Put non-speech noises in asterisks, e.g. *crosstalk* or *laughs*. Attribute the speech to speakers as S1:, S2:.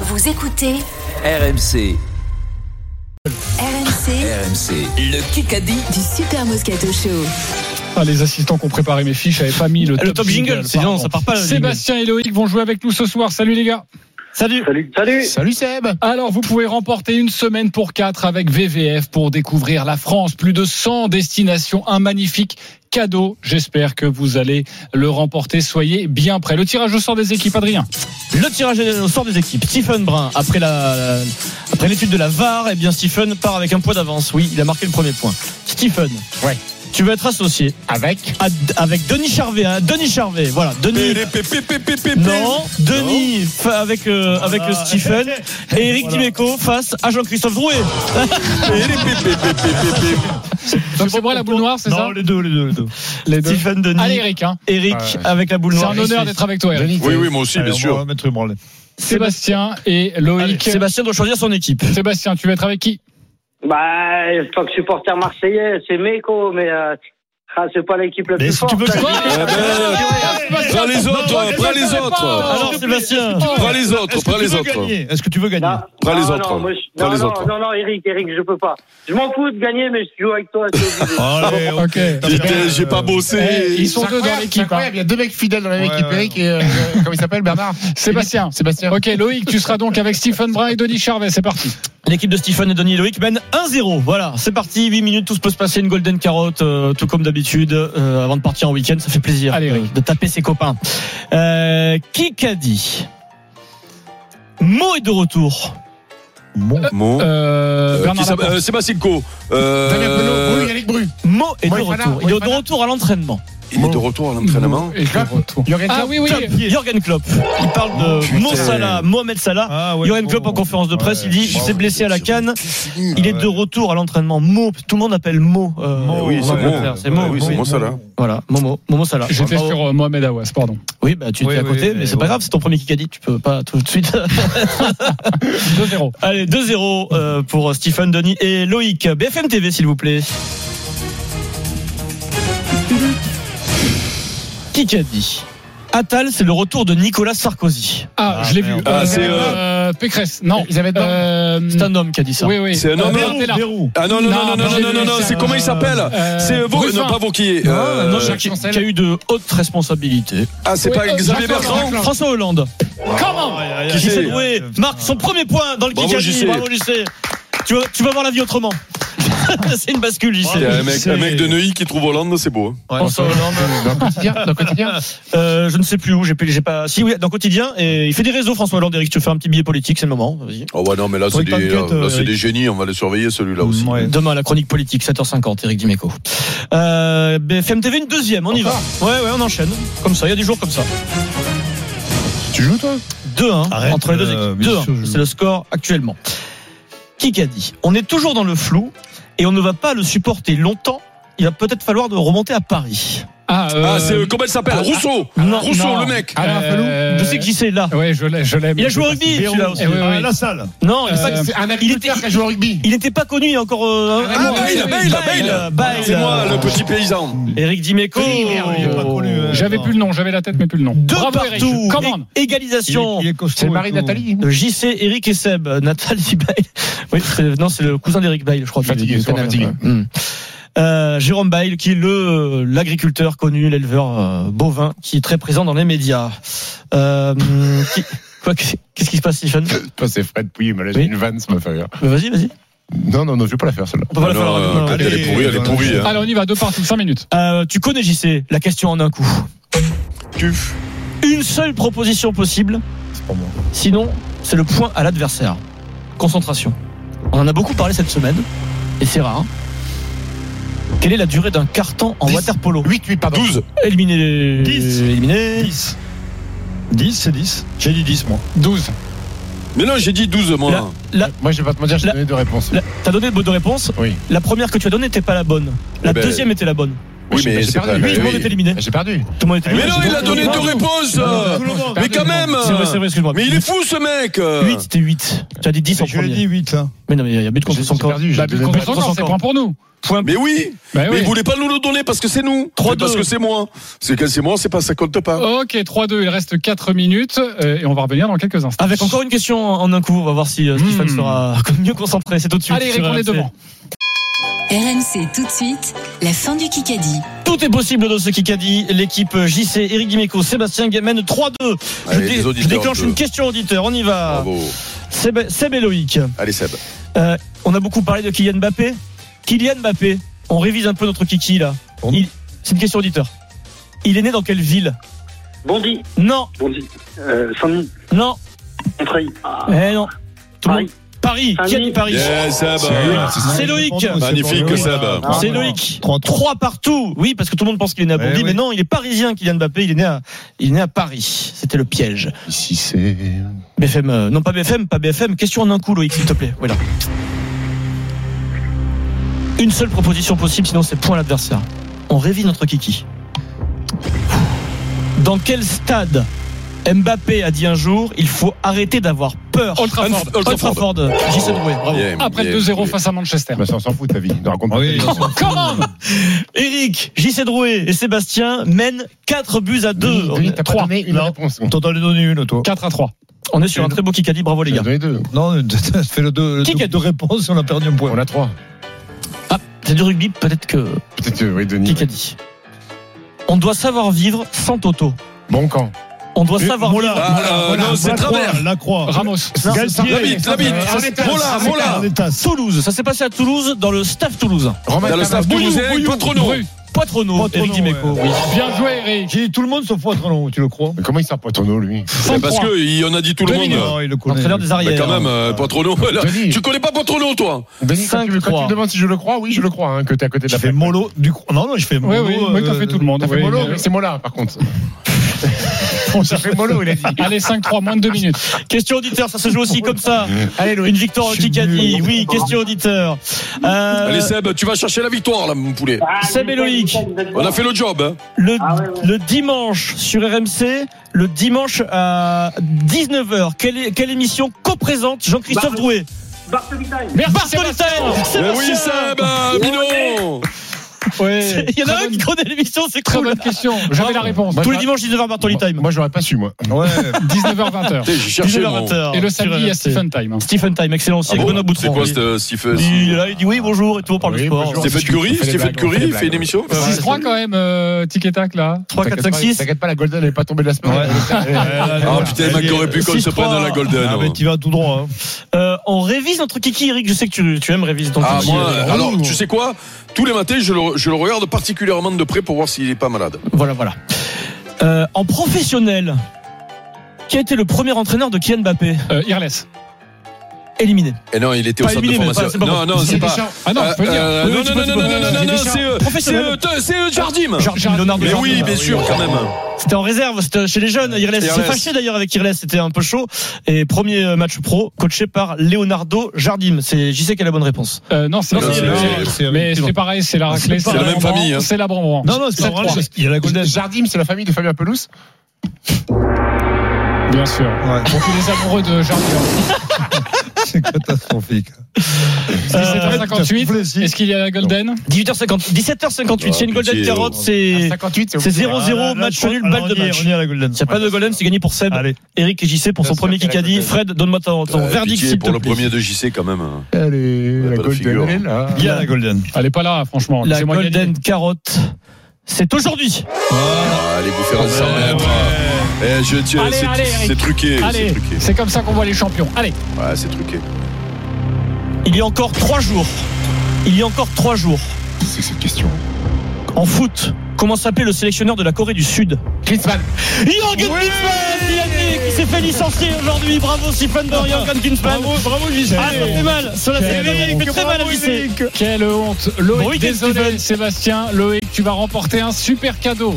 S1: Vous écoutez
S2: RMC,
S1: RMC
S2: RMC, le Kikadi.
S1: du Super Moscato Show.
S3: Ah, les assistants qui ont préparé mes fiches n'avaient pas mis le,
S4: Ah, Le top jingle, sinon
S3: pardon.
S4: ça part pas, le jingle.
S3: Sébastien et Loïc vont jouer avec nous ce soir. Salut les gars.
S4: Salut.
S5: Salut. Salut.
S3: Salut Seb. Alors vous pouvez remporter une semaine pour quatre avec VVF pour découvrir la France. Plus de 100 destinations, un magnifique cadeau. J'espère que vous allez le remporter. Soyez bien prêts. Le tirage au sort des équipes, Adrien.
S4: Le tirage au sort des équipes. Stephen Brun, après la, après l'étude de la VAR, eh bien Stephen part avec un point d'avance. Oui, il a marqué le premier point. Stephen.
S3: Ouais.
S4: Tu vas être associé
S3: Avec.
S4: à- avec Denis Charvet. hein. Denis Charvet, voilà. Denis. Non, Denis fa- avec euh, avec euh,
S3: *laughs*
S4: Stephen et Eric Dimeco face à Jean-Christophe Drouet.
S3: Donc c'est pour la boule noire, c'est ça
S4: Non, les deux, les deux, les deux.
S3: Les deux.
S4: Stephen, Denis,
S3: Allez Eric, hein.
S4: Eric avec la boule
S3: c'est
S4: noire.
S3: un honneur d'être avec toi. Eric.
S6: Oui, oui, moi aussi, bien sûr.
S3: Sébastien et
S4: Allez,
S3: Loïc.
S4: Sébastien doit choisir son équipe.
S3: Sébastien, tu vas être avec qui
S5: Bah, en tant que supporter marseillais, c'est Meko, mais euh, ah, c'est pas l'équipe la plus forte. Bah,
S3: Quoi
S6: Prends les autres, prends les
S3: Oh,
S6: autres.
S4: Alors Sébastien,
S6: Prends les autres, prends les autres.
S4: Est-ce que tu veux gagner
S5: Non,
S6: Prends les
S5: non,
S6: autres. hein.
S5: Non, moi, je-
S6: Prends
S5: non,
S6: les
S5: non,
S6: autres.
S5: non, non, Eric, Eric, je peux pas. Je m'en fous de gagner, mais je joue avec toi.
S6: *laughs*
S5: c'est obligé.
S3: Ok.
S6: Putain, j'ai
S4: euh,
S6: pas
S3: Eh,
S6: bossé.
S3: ils sont deux dans l'équipe. hein.
S7: Il y a deux mecs fidèles dans la même
S8: Ouais,
S7: équipe,
S8: ouais.
S7: Eric et euh, comment il s'appelle Bernard
S3: Sébastien.
S7: Sébastien.
S3: Ok, Loïc, tu seras donc avec Stephen Brun et Denis Charvet. C'est parti.
S4: L'équipe de Stephen et Denis Loïc mène 1-0. Voilà, c'est parti, 8 minutes, tout peut se passer, une golden carotte, euh, tout comme d'habitude, euh, avant de partir en week-end, ça fait plaisir
S3: Allez,
S4: euh,
S3: Eric.
S4: de taper ses copains. Euh, qui qu'a dit Mo est de retour.
S6: Mon.
S3: Euh,
S6: Euh, qui
S3: Bernard
S6: s'appelle-
S3: Laporte.
S6: euh, Sébastien Co.
S7: Damien Penaud, Bru,
S6: Euh,
S7: Yannick Bru.
S4: Mo est
S7: Mo
S4: de
S7: est Fana,
S4: retour.
S7: Mo
S4: Il
S7: est
S4: est de
S7: Fana.
S4: retour à l'entraînement.
S6: Il est de retour à
S4: Mmh.
S6: l'entraînement.
S3: Et Klopp.
S7: Jorgen
S3: Ah
S7: Klopp.
S3: oui, oui.
S4: Jürgen Klopp. Il parle de Mo
S6: Oh, putain.
S4: Salah, Mohamed Salah.
S8: Ah
S4: Jürgen Klopp en conférence de presse, il dit, il s'est blessé à la canne, il est de retour à l'entraînement. Mo, tout le monde appelle Mo. euh,
S8: Mo,
S6: Eh oui,
S4: en
S6: c'est
S4: Angleterre.
S6: bon.
S4: C'est Mo.
S6: Eh oui, c'est
S4: Mo.
S6: bon, ça là.
S4: Voilà, Momo, Momo
S6: Ah,
S4: Salah.
S3: J'étais
S4: Bravo.
S3: sur euh, Mohamed Awas, pardon.
S4: Oui, bah tu
S8: Oui,
S4: étais à
S8: oui,
S4: côté,
S8: mais
S4: mais c'est pas
S8: bon.
S4: grave, c'est ton premier Kikadi, tu peux pas tout de suite. *laughs*
S3: 2-0.
S4: Allez, 2-0 euh, pour Stephen, Denis et Loïc. BFM TV, s'il vous plaît. Kikadi. Attal, c'est le retour de Nicolas Sarkozy.
S3: Ah, je l'ai vu.
S8: merde.
S6: Ah,
S3: Euh,
S6: c'est, euh,
S3: euh, Pécresse. Non.
S7: Elisabeth Borne.
S3: Euh,
S8: Hmm.
S4: C'est un homme qui a dit ça.
S3: Oui, oui. Euh,
S6: C'est un homme.
S3: Bérou,
S8: Bérou,
S3: Bérou.
S8: Bérou.
S6: Ah non, non,
S3: Non,
S6: non, non,
S3: non,
S6: non,
S3: j'ai
S6: non,
S3: vu
S6: non, non,
S3: ça.
S6: c'est comment il s'appelle
S3: Euh,
S6: C'est Vauquier.
S3: Ruffin.
S6: Non, pas Vauquier.
S4: Ah, non,
S6: Euh,
S4: qui, qui a eu de hautes responsabilités.
S6: Ah, c'est pas
S3: Ouais, euh,
S6: Xavier
S3: Bertrand.
S6: Bertrand
S4: François Hollande.
S3: Comment
S6: Qui
S4: Qui s'est
S6: c'est Euh,
S4: doué. Marque son premier point dans le
S6: Bravo,
S4: Kikadi.
S6: JC.
S4: Bravo, JC. Tu vas, tu vas voir la vie autrement. *laughs* c'est une bascule, JC.
S6: Il y a un mec, un mec de hein. Neuilly qui trouve Hollande, c'est beau. hein.
S4: François Hollande.
S7: Dans le quotidien, dans le quotidien.
S4: Euh, je ne sais plus où, j'ai plus- j'ai pas. Si oui, dans quotidien et il fait des réseaux François Hollande, Eric, tu fais un petit billet politique, c'est le moment. Vas-y.
S6: Oh ouais, non, mais là,
S4: Faudrait
S6: c'est
S4: que
S6: des,
S4: t'enquêtes,
S6: là,
S4: euh,
S6: c'est
S4: Eric.
S6: des génies, on va le surveiller celui-là aussi.
S8: Ouais.
S4: Demain la chronique politique 7h50 Eric Dimeco. Euh, BFM TV une deuxième, on y va. Ouais ouais, on enchaîne comme ça, il y a des jours comme ça.
S8: Tu joues, toi
S4: 2-1
S8: Arrête,
S4: entre les deux
S8: euh,
S4: équipes.
S8: bien
S4: 2-1,
S8: sûr, je-
S4: c'est le score actuellement. Qui qu'a dit On est toujours dans le flou et on ne va pas le supporter longtemps. Il va peut-être falloir de remonter à Paris.
S3: *laughs* Ah, euh, Ah,
S6: Ah, c'est euh, comment il s'appelle Rousseau
S4: ah, non,
S6: Rousseau,
S3: non.
S6: le mec
S3: Alain Falou.
S8: Euh,
S4: Je sais qui c'est là.
S3: Ouais, je l'ai, je l'ai.
S4: Il a joué au rugby, celui-là aussi.
S3: Eh oui, oui.
S8: Ah, la salle.
S4: Non, il est
S3: Euh,
S4: pas-
S7: C'est un
S4: était-
S7: agriculteur qui a joué au rugby.
S4: il n'était pas connu il y a encore. euh, un-
S6: Ah,
S3: Raymond,
S6: Bale,
S3: oui,
S6: Bale,
S4: Bale,
S6: Bale
S4: Bale.
S6: C'est moi, le petit paysan.
S4: Eric Dimeco. euh,
S8: il est pas connu, hein.
S3: Euh, J'avais plus le nom, j'avais la tête, mais plus le nom.
S4: Deux
S3: Bravo, Eric.
S4: partout.
S3: Come on.
S4: É- Égalisation.
S7: C'est le mari de Nathalie.
S4: de JC, Eric et Seb. *laughs* Euh, Nathalie Bail. Oui, c'est- non, c'est le cousin d'Eric Bail, je crois. du-
S7: Fatigué,
S4: du
S7: souvent
S4: Canada.
S7: fatigué.
S4: Hum. Euh, Jérôme Bail, qui est le l'agriculteur connu, l'éleveur euh, bovin, qui est très présent dans les médias. Euh, qui- quoi, qu'est-ce qui se passe, Stephen
S7: C'est Fred Pouilly, il m'a
S4: Oui.
S7: une vanne, ça m'a fait rire.
S4: Mais Vas-y, vas-y.
S7: Non, non, non, je vais pas la faire celle-là.
S4: On va la
S6: Ah non,
S4: faire,
S6: euh,
S4: euh,
S6: quand elle est pourrie, elle est pourrie. hein.
S3: Allez, on y va. Deux partout, 5 minutes.
S4: Euh, tu connais JC, la question en un coup. Une seule proposition possible. Sinon, c'est le point à l'adversaire. Concentration. On en a beaucoup parlé cette semaine, et c'est rare. Quelle est la durée d'un carton en
S7: Dix.
S4: water polo
S7: 8, 8, Ah, pardon.
S6: 12
S4: Éliminé.
S8: Dix.
S4: Éliminé.
S8: 10. 10, c'est 10. J'ai dit 10, moi.
S3: 12.
S6: Mais non, j'ai dit 12, moi.
S7: Moi, je vais pas te mentir, j'ai
S4: La-
S7: donné deux réponses.
S4: La- T'as donné deux réponses.
S7: Oui.
S4: La première que tu as donnée n'était pas la bonne. La
S6: Eh ben,
S4: deuxième était la bonne.
S6: Oui,
S7: j'ai-
S6: mais
S7: j'ai
S6: c'est
S7: perdu.
S6: pas...
S7: Oui,
S4: Tout
S6: eh
S4: le monde
S6: oui.
S4: est éliminé.
S7: Mais J'ai perdu.
S4: Tout le monde est éliminé.
S6: Mais non, il a donné deux réponses euh. Mais quand même
S4: C'est vrai, c'est vrai, excuse-moi.
S6: Mais il est fou, ce mec euh.
S4: 8, c'était 8. Tu as dit 10 en
S8: Je l'ai
S4: premier.
S8: dit 8.
S4: Mais non, mais il y a but de
S7: J'ai j'ai
S4: contre
S7: perdu. j'ai
S3: La
S7: donné
S3: bulle
S7: deux
S3: contre
S7: réponses.
S3: son camp, c'est point pour nous. Point.
S6: Mais oui
S3: Bah
S6: Mais
S3: oui.
S6: ils voulaient pas nous le donner parce que c'est nous.
S4: Trois,
S6: C'est Parce
S4: deux.
S6: que c'est moi. C'est que c'est moi, c'est pas ça compte pas.
S3: Ok, 3-2, il reste 4 minutes euh, et on va revenir dans quelques instants.
S4: Avec encore une question en en un coup, on va voir si euh, Stéphane
S3: Hmm.
S4: sera *laughs* mieux concentré. C'est tout de suite.
S3: Allez,
S4: sur
S3: répondez
S4: RMC.
S3: devant.
S1: RMC tout de suite, la fin du Kikadi.
S4: Tout est possible dans ce Kikadi. L'équipe JC, Eric Dimeco, Sébastien Gamen, 3-2. Je,
S6: Allez,
S4: dé-
S6: les
S4: je
S6: auditeurs,
S4: déclenche
S6: on peut.
S4: une question auditeur. On y va.
S6: Bravo.
S4: Seb, Seb et Loïc.
S6: Allez Seb.
S4: Euh, on a beaucoup parlé de Kylian Mbappé. Kylian Mbappé, on révise un peu notre kiki là.
S8: Pardon
S4: Il- C'est une question auditeur. Il est né dans quelle ville
S5: Bondy,
S4: Non,
S5: Bondy, euh, Saint-Denis,
S4: non,
S5: Montreuil,
S4: eh non. Tout le
S5: Paris.
S4: monde- Paris, qui a dit
S5: Saint-Denis.
S4: Paris
S6: Yes Seb.
S4: C'est Loïc.
S6: Magnifique Seb.
S8: Ah,
S4: C'est
S8: non, Eh
S4: Loïc.
S8: Trois, trois.
S4: 3 partout. Oui, parce que tout le monde pense qu'il est né à
S8: Ouais,
S4: Bondy,
S8: ouais.
S4: mais non, il est parisien, Kylian Mbappé. Il est né à, il est né à Paris. C'était le piège.
S7: Ici, c'est.
S4: BFM, euh, non pas BFM, pas BFM. Question en un coup, Loïc, s'il te plaît. Voilà. Une seule proposition possible, sinon c'est point à l'adversaire. On révise notre kiki. Dans quel stade Mbappé a dit un jour il faut arrêter d'avoir peur.
S3: Old Trafford.
S6: Anf- Old
S4: Old Trafford, J.C. Drouet, bravo.
S6: Yeah,
S3: Après
S6: yeah,
S3: 2-0
S6: yeah.
S3: face à Manchester.
S7: Bah, ça, on s'en fout de ta vie. Ne raconte pas.
S8: Oui,
S7: ta vie.
S3: Comment
S4: Eric, J.C. Drouet et Sébastien mènent 4 buts à 2.
S7: Denis, t'as
S3: Trois.
S7: pas donné une
S4: Non.
S7: réponse.
S8: T'en as donné une, toi
S3: 4 à 3.
S4: On est sur un très beau kikadi, bravo les
S7: T'en as
S4: gars.
S7: donné deux.
S8: Non, t'as fait le deux,
S4: Qui
S8: le
S4: a-
S8: deux réponses et on a perdu un point.
S7: On a trois.
S4: Ah, c'est du rugby, peut-être que
S7: Peut-être, euh, oui, Denis.
S4: kikadi. On doit savoir vivre sans Toto.
S7: Bon camp.
S4: On doit
S8: Et
S4: savoir
S8: Mola.
S4: vivre.
S6: Ah, euh, non, c'est
S8: La Croix,
S6: travers.
S8: La Croix.
S3: Ramos.
S8: Galtier.
S6: La bite, la bite.
S8: Arletas.
S6: Mola, Mola.
S8: Arletas.
S4: Toulouse. Ça s'est passé à Toulouse dans le staff toulousain.
S7: Romain
S6: Dans le staff
S7: Tabarly.
S6: toulousain, Poitrono.
S3: Bru.
S4: Poitrono,
S8: Poitrono,
S4: Eric Dimeco.
S8: ouais.
S4: oui.
S3: Bien joué, Eric.
S8: J'ai dit tout le monde sauf Poitron, tu le crois
S7: Mais Comment il sort Poitrono,
S6: Mais
S7: lui
S6: Eh, Parce que il y en a dit tout le
S3: Denis,
S6: monde.
S8: Non, il le connaît.
S4: L'entraîneur des
S6: Bah,
S4: arrières.
S6: quand même, euh, Poitrono. *laughs* là.
S7: Denis.
S6: Tu connais pas Poitrono, toi
S7: Denis, quand
S4: Cinq,
S7: tu, me- quand
S4: trois.
S7: tu me demandes si je le crois, oui, je le crois, hein, que t'es à côté de
S8: Je
S7: la
S8: fais
S7: plaque.
S8: mollo du cro- Non, non, je fais
S3: Oui,
S8: mollo.
S3: oui, oui,
S4: euh,
S3: t'as fait tout le monde.
S7: euh, T'as fait
S3: Oui,
S7: mollo,
S3: mais-
S7: mais c'est Mola, par contre. *laughs* Ça fait mollo, il a dit.
S3: Allez, 5-3, moins de 2 minutes.
S4: Question auditeur, ça se joue aussi
S8: *laughs*
S4: comme ça.
S7: Allez, Loïc.
S4: Une victoire au
S8: Je suis
S4: Kikadi.
S8: nul.
S4: Oui, question auditeur. Euh,
S6: Allez Seb, tu vas chercher la victoire, là, mon poulet.
S4: Seb et Loïc.
S6: On a fait le job. hein.
S4: le,
S5: Ah ouais, ouais.
S4: le dimanche sur RMC, le dimanche à 19h, quelle, est- quelle émission co-présente Jean-Christophe
S5: Bah,
S4: Drouet
S5: Bartoli Time.
S3: Merci,
S4: Bartoli
S3: Sébastien.
S4: Time *laughs*
S6: Mais
S4: Sébastien
S6: oui Seb, euh, Bino
S3: Ouais.
S4: Il y en
S3: Très
S4: a un
S3: bonne-
S4: qui connaît l'émission, c'est
S3: Très
S4: cool
S3: bonne question. J'avais la réponse.
S4: Tous les
S7: Moi,
S4: dimanches 19h Bartoli Time.
S7: Moi, j'aurais pas su, moi. *laughs*
S8: Ouais.
S3: 19h-20h.
S4: *laughs*
S6: Putain, J'ai cherché mon...
S4: 19h20.
S3: Et le samedi, il y a
S4: Sur RMC.
S3: Stephen Time. hein.
S4: Stephen Time, excellent aussi,
S6: Ah
S4: avec
S6: bon
S4: Benoît
S6: C'est
S4: Boutron.
S6: quoi ce Stephen
S4: Il est là, il dit oui, bonjour, et tout, on parle de
S7: Oui,
S4: sport.
S7: bonjour.
S6: Stephen Curry
S7: On fait des
S6: Stephen
S7: blagues, on
S6: Curry,
S7: fait des
S6: il fait une
S7: blagues.
S6: émission
S3: 6-3 quand même, euh, tic et tac là.
S4: 3, 4, 5, 6.
S7: T'inquiète pas, la Golden, elle est pas tombée de la semaine.
S6: Ah putain, mec, aurait pu qu'on
S4: 6-3.
S6: se prenne à la Golden.
S8: Ah,
S6: hein.
S8: mais tu vas tout droit. hein.
S4: Euh, on révise notre kiki, Eric. Je sais que tu, tu aimes réviser ton
S6: Ah
S4: kiki.
S6: moi,
S4: Euh,
S6: alors tu sais quoi Tous les matins, je le, je le regarde particulièrement de près pour voir s'il est pas malade.
S4: Voilà, voilà. Euh, en professionnel, qui a été le premier entraîneur de Kylian Mbappé
S3: Euh, Irles.
S4: Éliminé.
S6: Et Eh non, il était au
S4: Pas
S6: centre de
S4: éliminé, mais
S6: formation.
S4: pas- c'est pas
S6: non,
S4: bon.
S6: non, c'est pas.
S3: Ah non,
S6: Euh,
S3: je peux le dire.
S6: euh,
S4: Oui,
S6: non,
S4: oui, tu
S6: non,
S4: peux-
S6: non,
S4: tu
S6: non,
S4: peux-
S6: non, non, non,
S4: Deschamps.
S6: non, c'est euh, c'est
S4: Professionnel.
S6: euh, te- c'est euh, Jardim.
S4: Jardim, Leonardo
S6: Mais
S4: Jardim.
S6: oui, bien sûr, quand même.
S4: C'était en réserve, c'était chez les jeunes. Irles s'est
S6: Irles.
S4: fâché d'ailleurs avec Irles, c'était un peu chaud. Et premier euh, match pro, coaché par Leonardo Jardim. C'est JC qui a la bonne réponse.
S3: Euh, non, c'est
S6: Non, c'est-
S3: euh,
S8: c'est-
S3: Mais c'est pareil, c'est la raclée.
S6: C'est la même
S3: Brambran,
S6: famille, hein.
S3: C'est la Brambran.
S8: Non, non, c'est pas
S3: 7-3.
S8: vrai. Il y a la Golden.
S7: Jardim, c'est la famille de Fabien Pelouse
S3: Bien sûr.
S8: Ouais,
S3: Pour tous les amoureux de Jardim.
S8: c'est catastrophique.
S4: Euh,
S3: 17h58. Est-ce qu'il y a la Golden
S4: 18h50, 17h58, c'est une
S6: Ah,
S4: golden
S6: pitié,
S4: carotte,
S6: oh.
S4: c'est.
S7: 58, c'est
S4: C'est
S7: obligé.
S4: 0-0, match nul, balle de match.
S8: On y est à la Golden.
S4: S'il n'y a pas de golden, c'est gagné pour Seb.
S8: Allez.
S4: Eric et JC pour son
S7: Ça,
S4: premier
S7: c'est la
S4: Kikadi.
S7: Golden.
S4: Fred, donne-moi ton, ton
S6: Euh,
S4: verdict
S6: pitié
S4: s'il te
S6: pour le
S4: plaît.
S6: premier de JC quand même.
S7: Allez,
S6: On a
S7: la
S6: pas de
S7: Golden,
S6: figure.
S7: elle est là.
S8: Il y a la Golden.
S3: Elle est pas là, franchement.
S4: La
S3: Laissez-moi gagner.
S4: golden carotte, c'est aujourd'hui.
S6: Ah, les bouffées à 100 mètres. Eh, je tiens,
S3: Allez, allez,
S6: c'est-
S3: Eric.
S6: c'est truqué, c'est
S3: Allez,
S6: truqué.
S3: c'est comme ça qu'on voit les champions. Allez,
S6: Ouais, c'est truqué.
S4: Il y a encore trois jours. Il y a encore trois jours.
S7: C'est cette question.
S4: En foot, comment s'appelait le sélectionneur de la Corée du Sud
S7: Klinsmann.
S4: Jürgen Klinsmann, il a dit, qui s'est fait licencier aujourd'hui. Bravo Stephen Bauer, Jürgen Klinsmann.
S8: bravo,
S4: Ah, ça fait mal. Cela fait
S3: Quel
S4: mal. Il fait très mal à JC.
S3: quelle honte.
S4: Bon
S3: Loïc,
S4: week-end,
S3: désolé,
S4: Steven.
S3: Sébastien. Loïc, tu vas remporter un super cadeau.